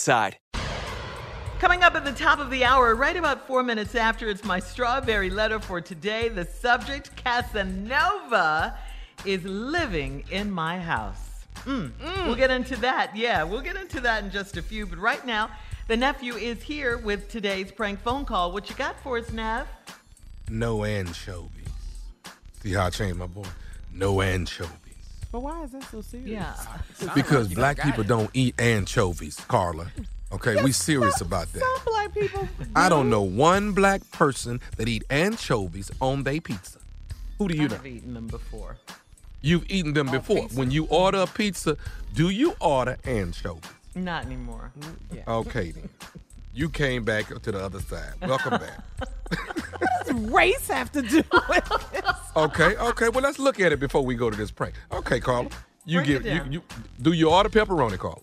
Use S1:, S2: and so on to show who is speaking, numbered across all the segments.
S1: Side.
S2: Coming up at the top of the hour, right about four minutes after, it's my strawberry letter for today. The subject, Casanova, is living in my house. Mm. Mm. We'll get into that. Yeah, we'll get into that in just a few. But right now, the nephew is here with today's prank phone call. What you got for us, Nav?
S3: No anchovies. See how I changed my boy? No anchovies.
S4: But why is that so serious?
S2: Yeah.
S3: Because black people it. don't eat anchovies, Carla. Okay,
S4: Yes,
S3: we serious
S4: some-
S3: about that.
S4: Some black people.
S3: I
S4: do.
S3: don't know one black person that eat anchovies on their pizza. Who do you know?
S2: I've eaten them before.
S3: You've eaten them before. When you order a pizza, do you order anchovies?
S2: Not anymore.
S3: Okay then. You came back to the other side. Welcome back.
S4: Race have to do with this.
S3: Okay, okay. Well, let's look at it before we go to this prank. Okay, Carla. You
S2: Break
S3: give
S2: it
S3: you,
S2: down.
S3: you do you order pepperoni, Carla?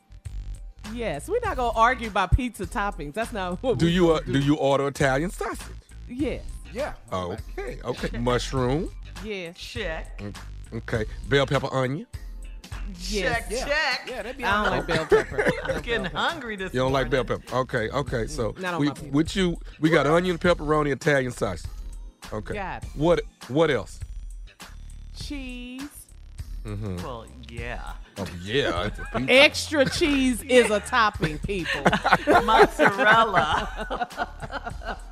S4: Yes, we're not gonna argue about pizza toppings. That's not what.
S3: Do
S4: we
S3: you uh, do you order Italian sausage?
S4: Yes.
S3: Okay, okay. Mushroom. Mm,
S4: Yes.
S2: Check.
S3: Okay. Bell pepper onion.
S4: Yes.
S2: Check, check.
S4: I don't like bell pepper. No
S2: I'm getting
S4: bell pepper.
S2: hungry this
S3: You don't like
S2: morning.
S3: bell pepper. Okay, okay. So
S4: not on
S3: we
S4: my pizza.
S3: with you we got onion, pepperoni, Italian sausage. Okay.
S4: Got it.
S3: What what else?
S4: Cheese.
S2: Well, yeah.
S3: Oh yeah. it's a pizza.
S4: Extra cheese is a topping, people.
S2: Mozzarella.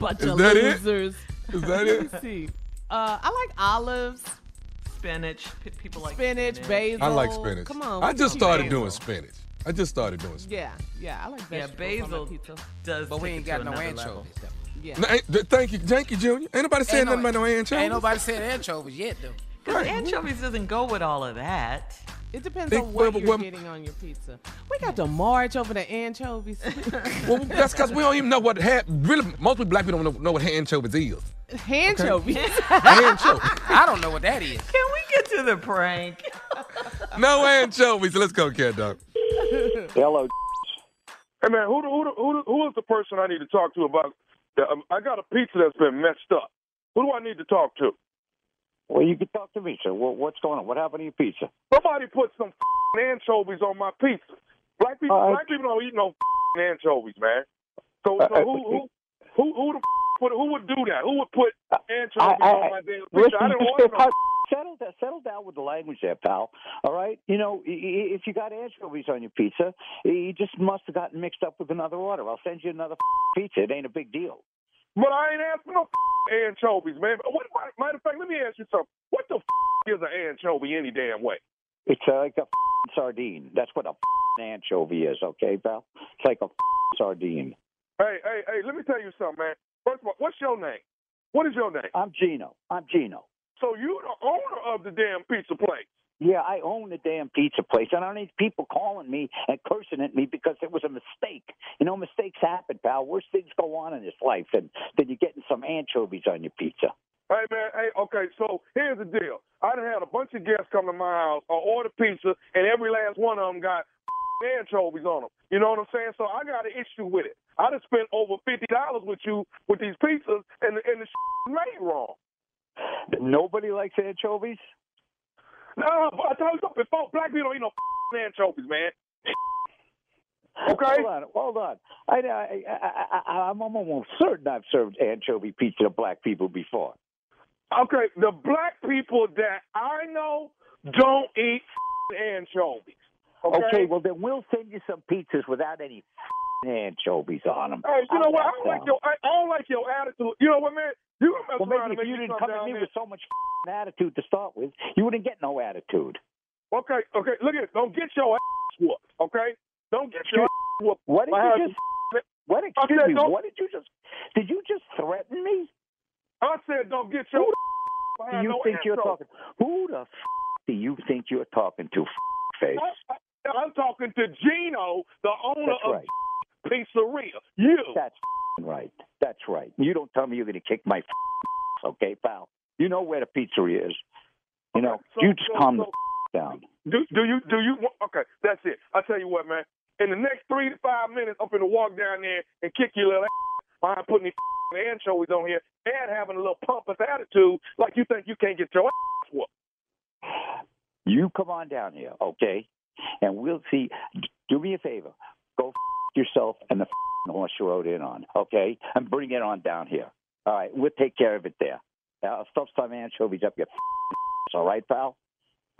S4: Bunch
S3: Is
S4: of
S3: that it?
S4: losers.
S3: Is that
S4: Let
S3: it?
S4: me see. Uh, I like olives,
S2: spinach. P- people like
S4: spinach, basil.
S3: I like spinach.
S4: Come on.
S3: I
S4: we
S3: just
S4: gonna-
S3: started
S2: basil.
S3: doing spinach. I just started doing spinach.
S4: Yeah, yeah, I like
S2: Yeah,
S4: vegetables on
S2: basil
S4: my pizza.
S2: does.
S5: But we
S2: take
S5: ain't
S2: it
S5: got
S2: to
S5: no
S2: another
S5: anchovies.
S2: level.
S5: Though.
S4: Yeah.
S3: No, ain't- th- thank you, thank you, Junior. Ain't nobody saying
S5: Ain't
S3: nothing about no anchovies.
S5: Ain't nobody said anchovies yet, though.
S2: Because anchovies doesn't go with all of that.
S4: It depends
S3: Big
S4: on what
S3: bubble
S4: you're
S3: gum.
S4: getting on your pizza. We got to march over the anchovies.
S3: Well, that's because we don't even know what ha- really most people black people don't know, know what anchovies is.
S4: anchovies.
S3: Anchovies.
S5: I don't know what that is.
S2: Can we get to the prank?
S3: no anchovies. Let's go, cat dog.
S6: Hello. Hey man, who the- who the- who the- who is the person I need to talk to about? The, um, I got a pizza that's been messed up. Who do I need to talk to?
S7: Well, you can talk to me, sir. What, what's going on? What happened to your pizza?
S6: Somebody put some f***ing anchovies on my pizza. Black people, black people don't eat no f***ing anchovies, man. So, so
S7: I- I-
S6: who, who, who, who the f- would, who would do that? Who would put anchovies on my damn
S7: listen,
S6: picture? I didn't
S7: you
S6: order
S7: still
S6: no
S7: cut- settle down, settle down with the language there, pal. All right, you know, i- i- if you got anchovies on your pizza, you just must have gotten mixed up with another order. I'll send you another pizza. It ain't a big deal.
S6: But I ain't asking no f- anchovies, man. What, what, matter of fact, let me ask you something. What the f- is an anchovy any damn way?
S7: It's uh, like a f***ing sardine. That's what a f***ing anchovy is, okay, pal? It's like a f***ing sardine.
S6: Hey, hey, hey, let me tell you something, man. First of all, what's your name? What is your name?
S7: I'm Gino. I'm Gino.
S6: So you the owner of the damn pizza place.
S7: Yeah, I own the damn pizza place, and I don't need people calling me and cursing at me because it was a mistake. You know, mistakes happen, pal. Worse things go on in this life than than you getting some anchovies on your pizza.
S6: Hey, man, hey, okay, so here's the deal. I done had a bunch of guests come to my house, I order pizza, and every last one of them got f- anchovies on them. You know what I'm saying? So I got an issue with it. I done spent over $50 with you with these pizzas, and, the- and the made wrong.
S7: Nobody likes anchovies.
S6: No, but I told you something before. Black people don't eat no f- anchovies, man. Okay.
S7: Hold on, hold on. I, I, I, I, I'm almost certain I've served anchovy pizza to black people before.
S6: Okay, the black people that I know don't eat f- anchovies. Okay.
S7: well then we'll send you some pizzas without any f***ing anchovies on them.
S6: Hey, you know what? I don't like your I I don't like your attitude. You know what, man? You gonna mess
S7: Well,
S6: around and make
S7: maybe if you
S6: me
S7: didn't
S6: come
S7: come
S6: down
S7: at me
S6: there.
S7: with so much f***ing attitude to start with, you wouldn't get no attitude.
S6: Okay, okay. Look at it. Don't get your ass whooped. Okay. Don't get your ass whooped.
S7: What did
S6: by
S7: you
S6: having-
S7: just? What excuse
S6: said
S7: me?
S6: don't-
S7: What did you just? Did you just threaten me?
S6: I said don't get your.
S7: Who
S6: ass behind
S7: do you
S6: no
S7: think you're
S6: asshole.
S7: talking? Who the f- do you think you're talking to? f- Face.
S6: I- I'm talking to Gino, the owner of
S7: That's right.
S6: pizzeria. You.
S7: That's f***ing right. That's right. You don't tell me you're going to kick my f***ing ass, okay, pal? You know where the pizzeria is. You know,
S6: so-
S7: you just
S6: so-
S7: calm
S6: so-
S7: the f- down.
S6: Do do you do you want? Okay, that's it. I tell you what, man. In the next three to five minutes, I'm finna walk down there and kick your little ass behind putting these anchovies on here and having a little pompous attitude like you think you can't get your ass whooped.
S7: You come on down here, okay? And we'll see. Do me a favor. Go f- yourself and the f- horse you rode in on, okay? And bring it on down here. All right, we'll take care of it there. Now, I'll stop some anchovies up your f- all right, pal?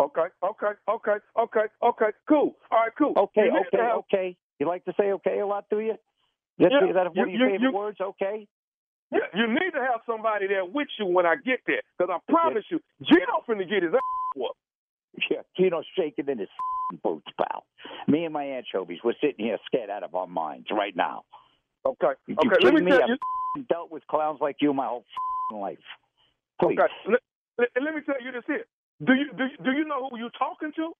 S6: Okay, okay, okay, okay, okay. Cool. All right, cool.
S7: Okay,
S6: You need to
S7: okay,
S6: have-
S7: okay. You like to say okay a lot, do you? That's,
S6: Yeah,
S7: that one of
S6: you-
S7: your
S6: you-
S7: favorite
S6: you-
S7: words, okay?
S6: You, you need to have somebody there with you when I get there, because I promise you, Gino finna get his ass whooped.
S7: Yeah, Keno's shaking in his f***ing boots, pal. Me and my anchovies, we're sitting here scared out of our minds right now.
S6: Okay,
S7: You
S6: okay.
S7: kidding
S6: Let me
S7: me?
S6: tell
S7: I've
S6: you.
S7: f***ing dealt with clowns like you my whole f***ing life. Please.
S6: Okay, let, let, let me tell you this here. Do you do you, do you know who you talking to?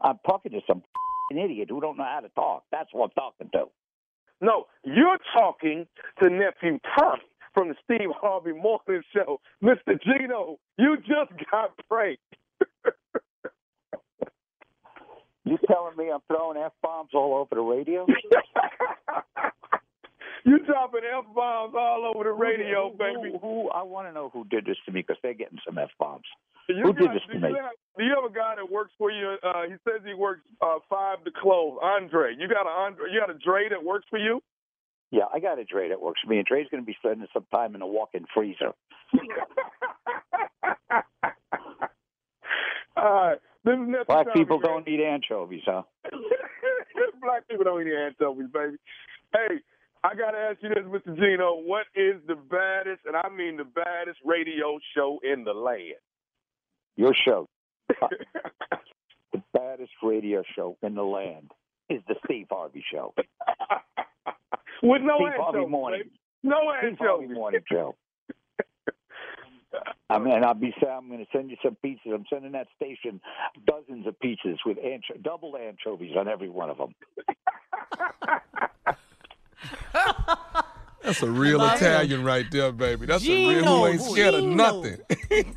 S7: I'm talking to some f***ing idiot who don't know how to talk. That's what I'm talking to.
S6: No, you're talking to nephew Tommy from the Steve Harvey Morning Show. Mr. Gino, you just got pranked.
S7: You telling me I'm throwing F bombs all over the radio?
S6: You dropping F bombs all over the radio,
S7: who,
S6: baby.
S7: Who, who, I want to know who did this to me because they're getting some F bombs.
S6: You
S7: Who did
S6: got-
S7: this to
S6: do,
S7: me?
S6: you have, do you have a guy that works for you? Uh, he says he works uh, five to close. Andre, you got a Andre? You got a Dre that works for you?
S7: Yeah, I got a Dre that works for me, and Dre's going to be spending some time in a walk-in freezer.
S6: Uh, this is nephew
S7: Black
S6: Tommy,
S7: people
S6: man.
S7: don't eat anchovies, huh?
S6: Black people don't eat anchovies, baby. Hey, I gotta ask you this, Mr. Gino. What is the baddest, and I mean the baddest, radio show in the land?
S7: Your show. the baddest radio show in the land is the Steve Harvey Show.
S6: With no
S7: Steve Harvey
S6: anchovies,
S7: Morning.
S6: baby. No
S7: Steve Harvey
S6: anchovies.
S7: Morning Show. I mean, I'll be saying I'm going to send you some pizzas. I'm sending that station dozens of pizzas with ancho- double anchovies on every one of them.
S3: That's a real
S2: Love
S3: Italian right there, baby. That's a real who ain't
S2: Gino,
S3: scared
S2: Gino.
S3: of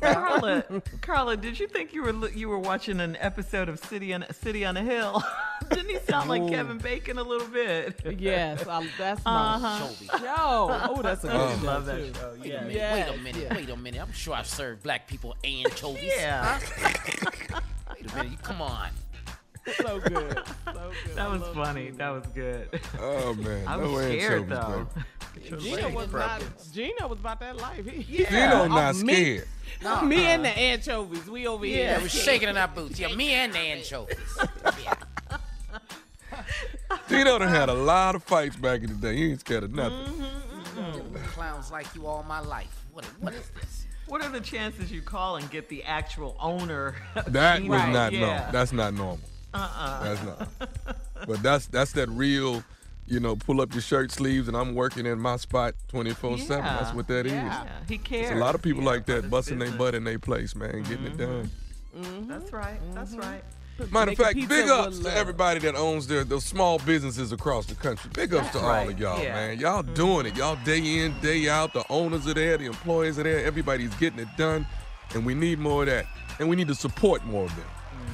S3: nothing.
S2: Carla, Carla, did you think you were li- you were watching an episode of City on City on a Hill? Didn't he sound like
S4: Ooh.
S2: Kevin Bacon a little bit?
S4: Yes, I- that's my
S2: Uh-huh.
S4: show. Oh, that's a good
S2: Oh.
S4: show.
S2: Love that
S4: too.
S2: show.
S5: Wait a minute,
S4: Yes,
S5: wait a minute,
S4: yes.
S5: wait a minute. I'm sure I've served black people anchovies.
S2: Yeah.
S5: Huh? wait a minute, come on.
S4: so good.
S2: That was funny. That was good.
S3: Oh man,
S2: I
S3: no
S2: was
S3: way Anchovies,
S2: scared though.
S3: baby.
S4: Gina was not. Gina was about that life. He,
S3: Gino not
S4: Oh, me-
S3: scared.
S4: Me, and the anchovies. We over here.
S5: Yeah, we're shaking in our boots. Yeah, me and the anchovies.
S3: Gino done had a lot of fights back in the day. You ain't scared of nothing.
S2: Mm-hmm,
S5: Dealing with Clowns like you all my life. What, what is this?
S2: What are the chances you call and get the actual owner? of
S3: That
S2: Gina?
S3: was not
S2: yeah.
S3: normal. That's not normal.
S2: Uh-uh.
S3: That's not. but that's that's that real, you know, pull up your shirt sleeves and I'm working in my spot 24 7. That's what that is.
S2: Yeah, he
S3: There's
S2: cares.
S3: a lot of people like that busting their butt in their place, man, getting
S2: Mm-hmm.
S3: it done.
S2: That's right. That's right.
S3: Matter of fact, big ups to everybody that owns their those small businesses across the country. Big ups to all of
S2: Right,
S3: y'all,
S2: yeah. Mm-hmm.
S3: man. Y'all doing it. Y'all day in, day out. The owners are there, the employees are there. Everybody's getting it done, and we need more of that. And we need to support more of them.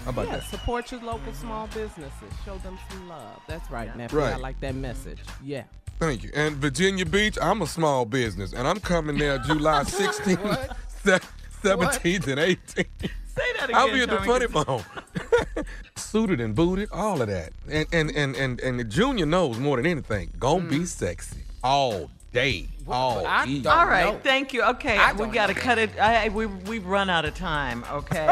S3: How about
S4: Yeah,
S3: that?
S4: support your local small businesses. Show them some love. That's right, nephew. I
S3: Right.
S4: like that message. Yeah.
S3: Thank you. And Virginia Beach, I'm a small business, and I'm coming there July 16th, se- 17th, and 18th.
S2: Say that
S3: I'll
S2: again,
S3: be at the funny
S2: Tommy, 'cause-
S3: bone. Suited and booted, all of that. And and and and, and the junior knows more than anything. Gonna be sexy all day, all evening.
S2: All right, thank you. Okay, we got to cut it. I, I- we, we've run out of time, okay?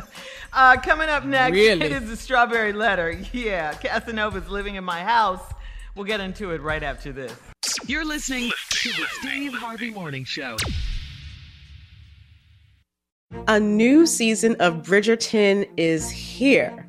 S2: uh, coming up next,
S4: Really?
S2: it is the strawberry letter. Yeah, Casanova's living in my house. We'll get into it right after this.
S8: You're listening to the Steve Harvey Morning Show.
S9: A new season of Bridgerton is here.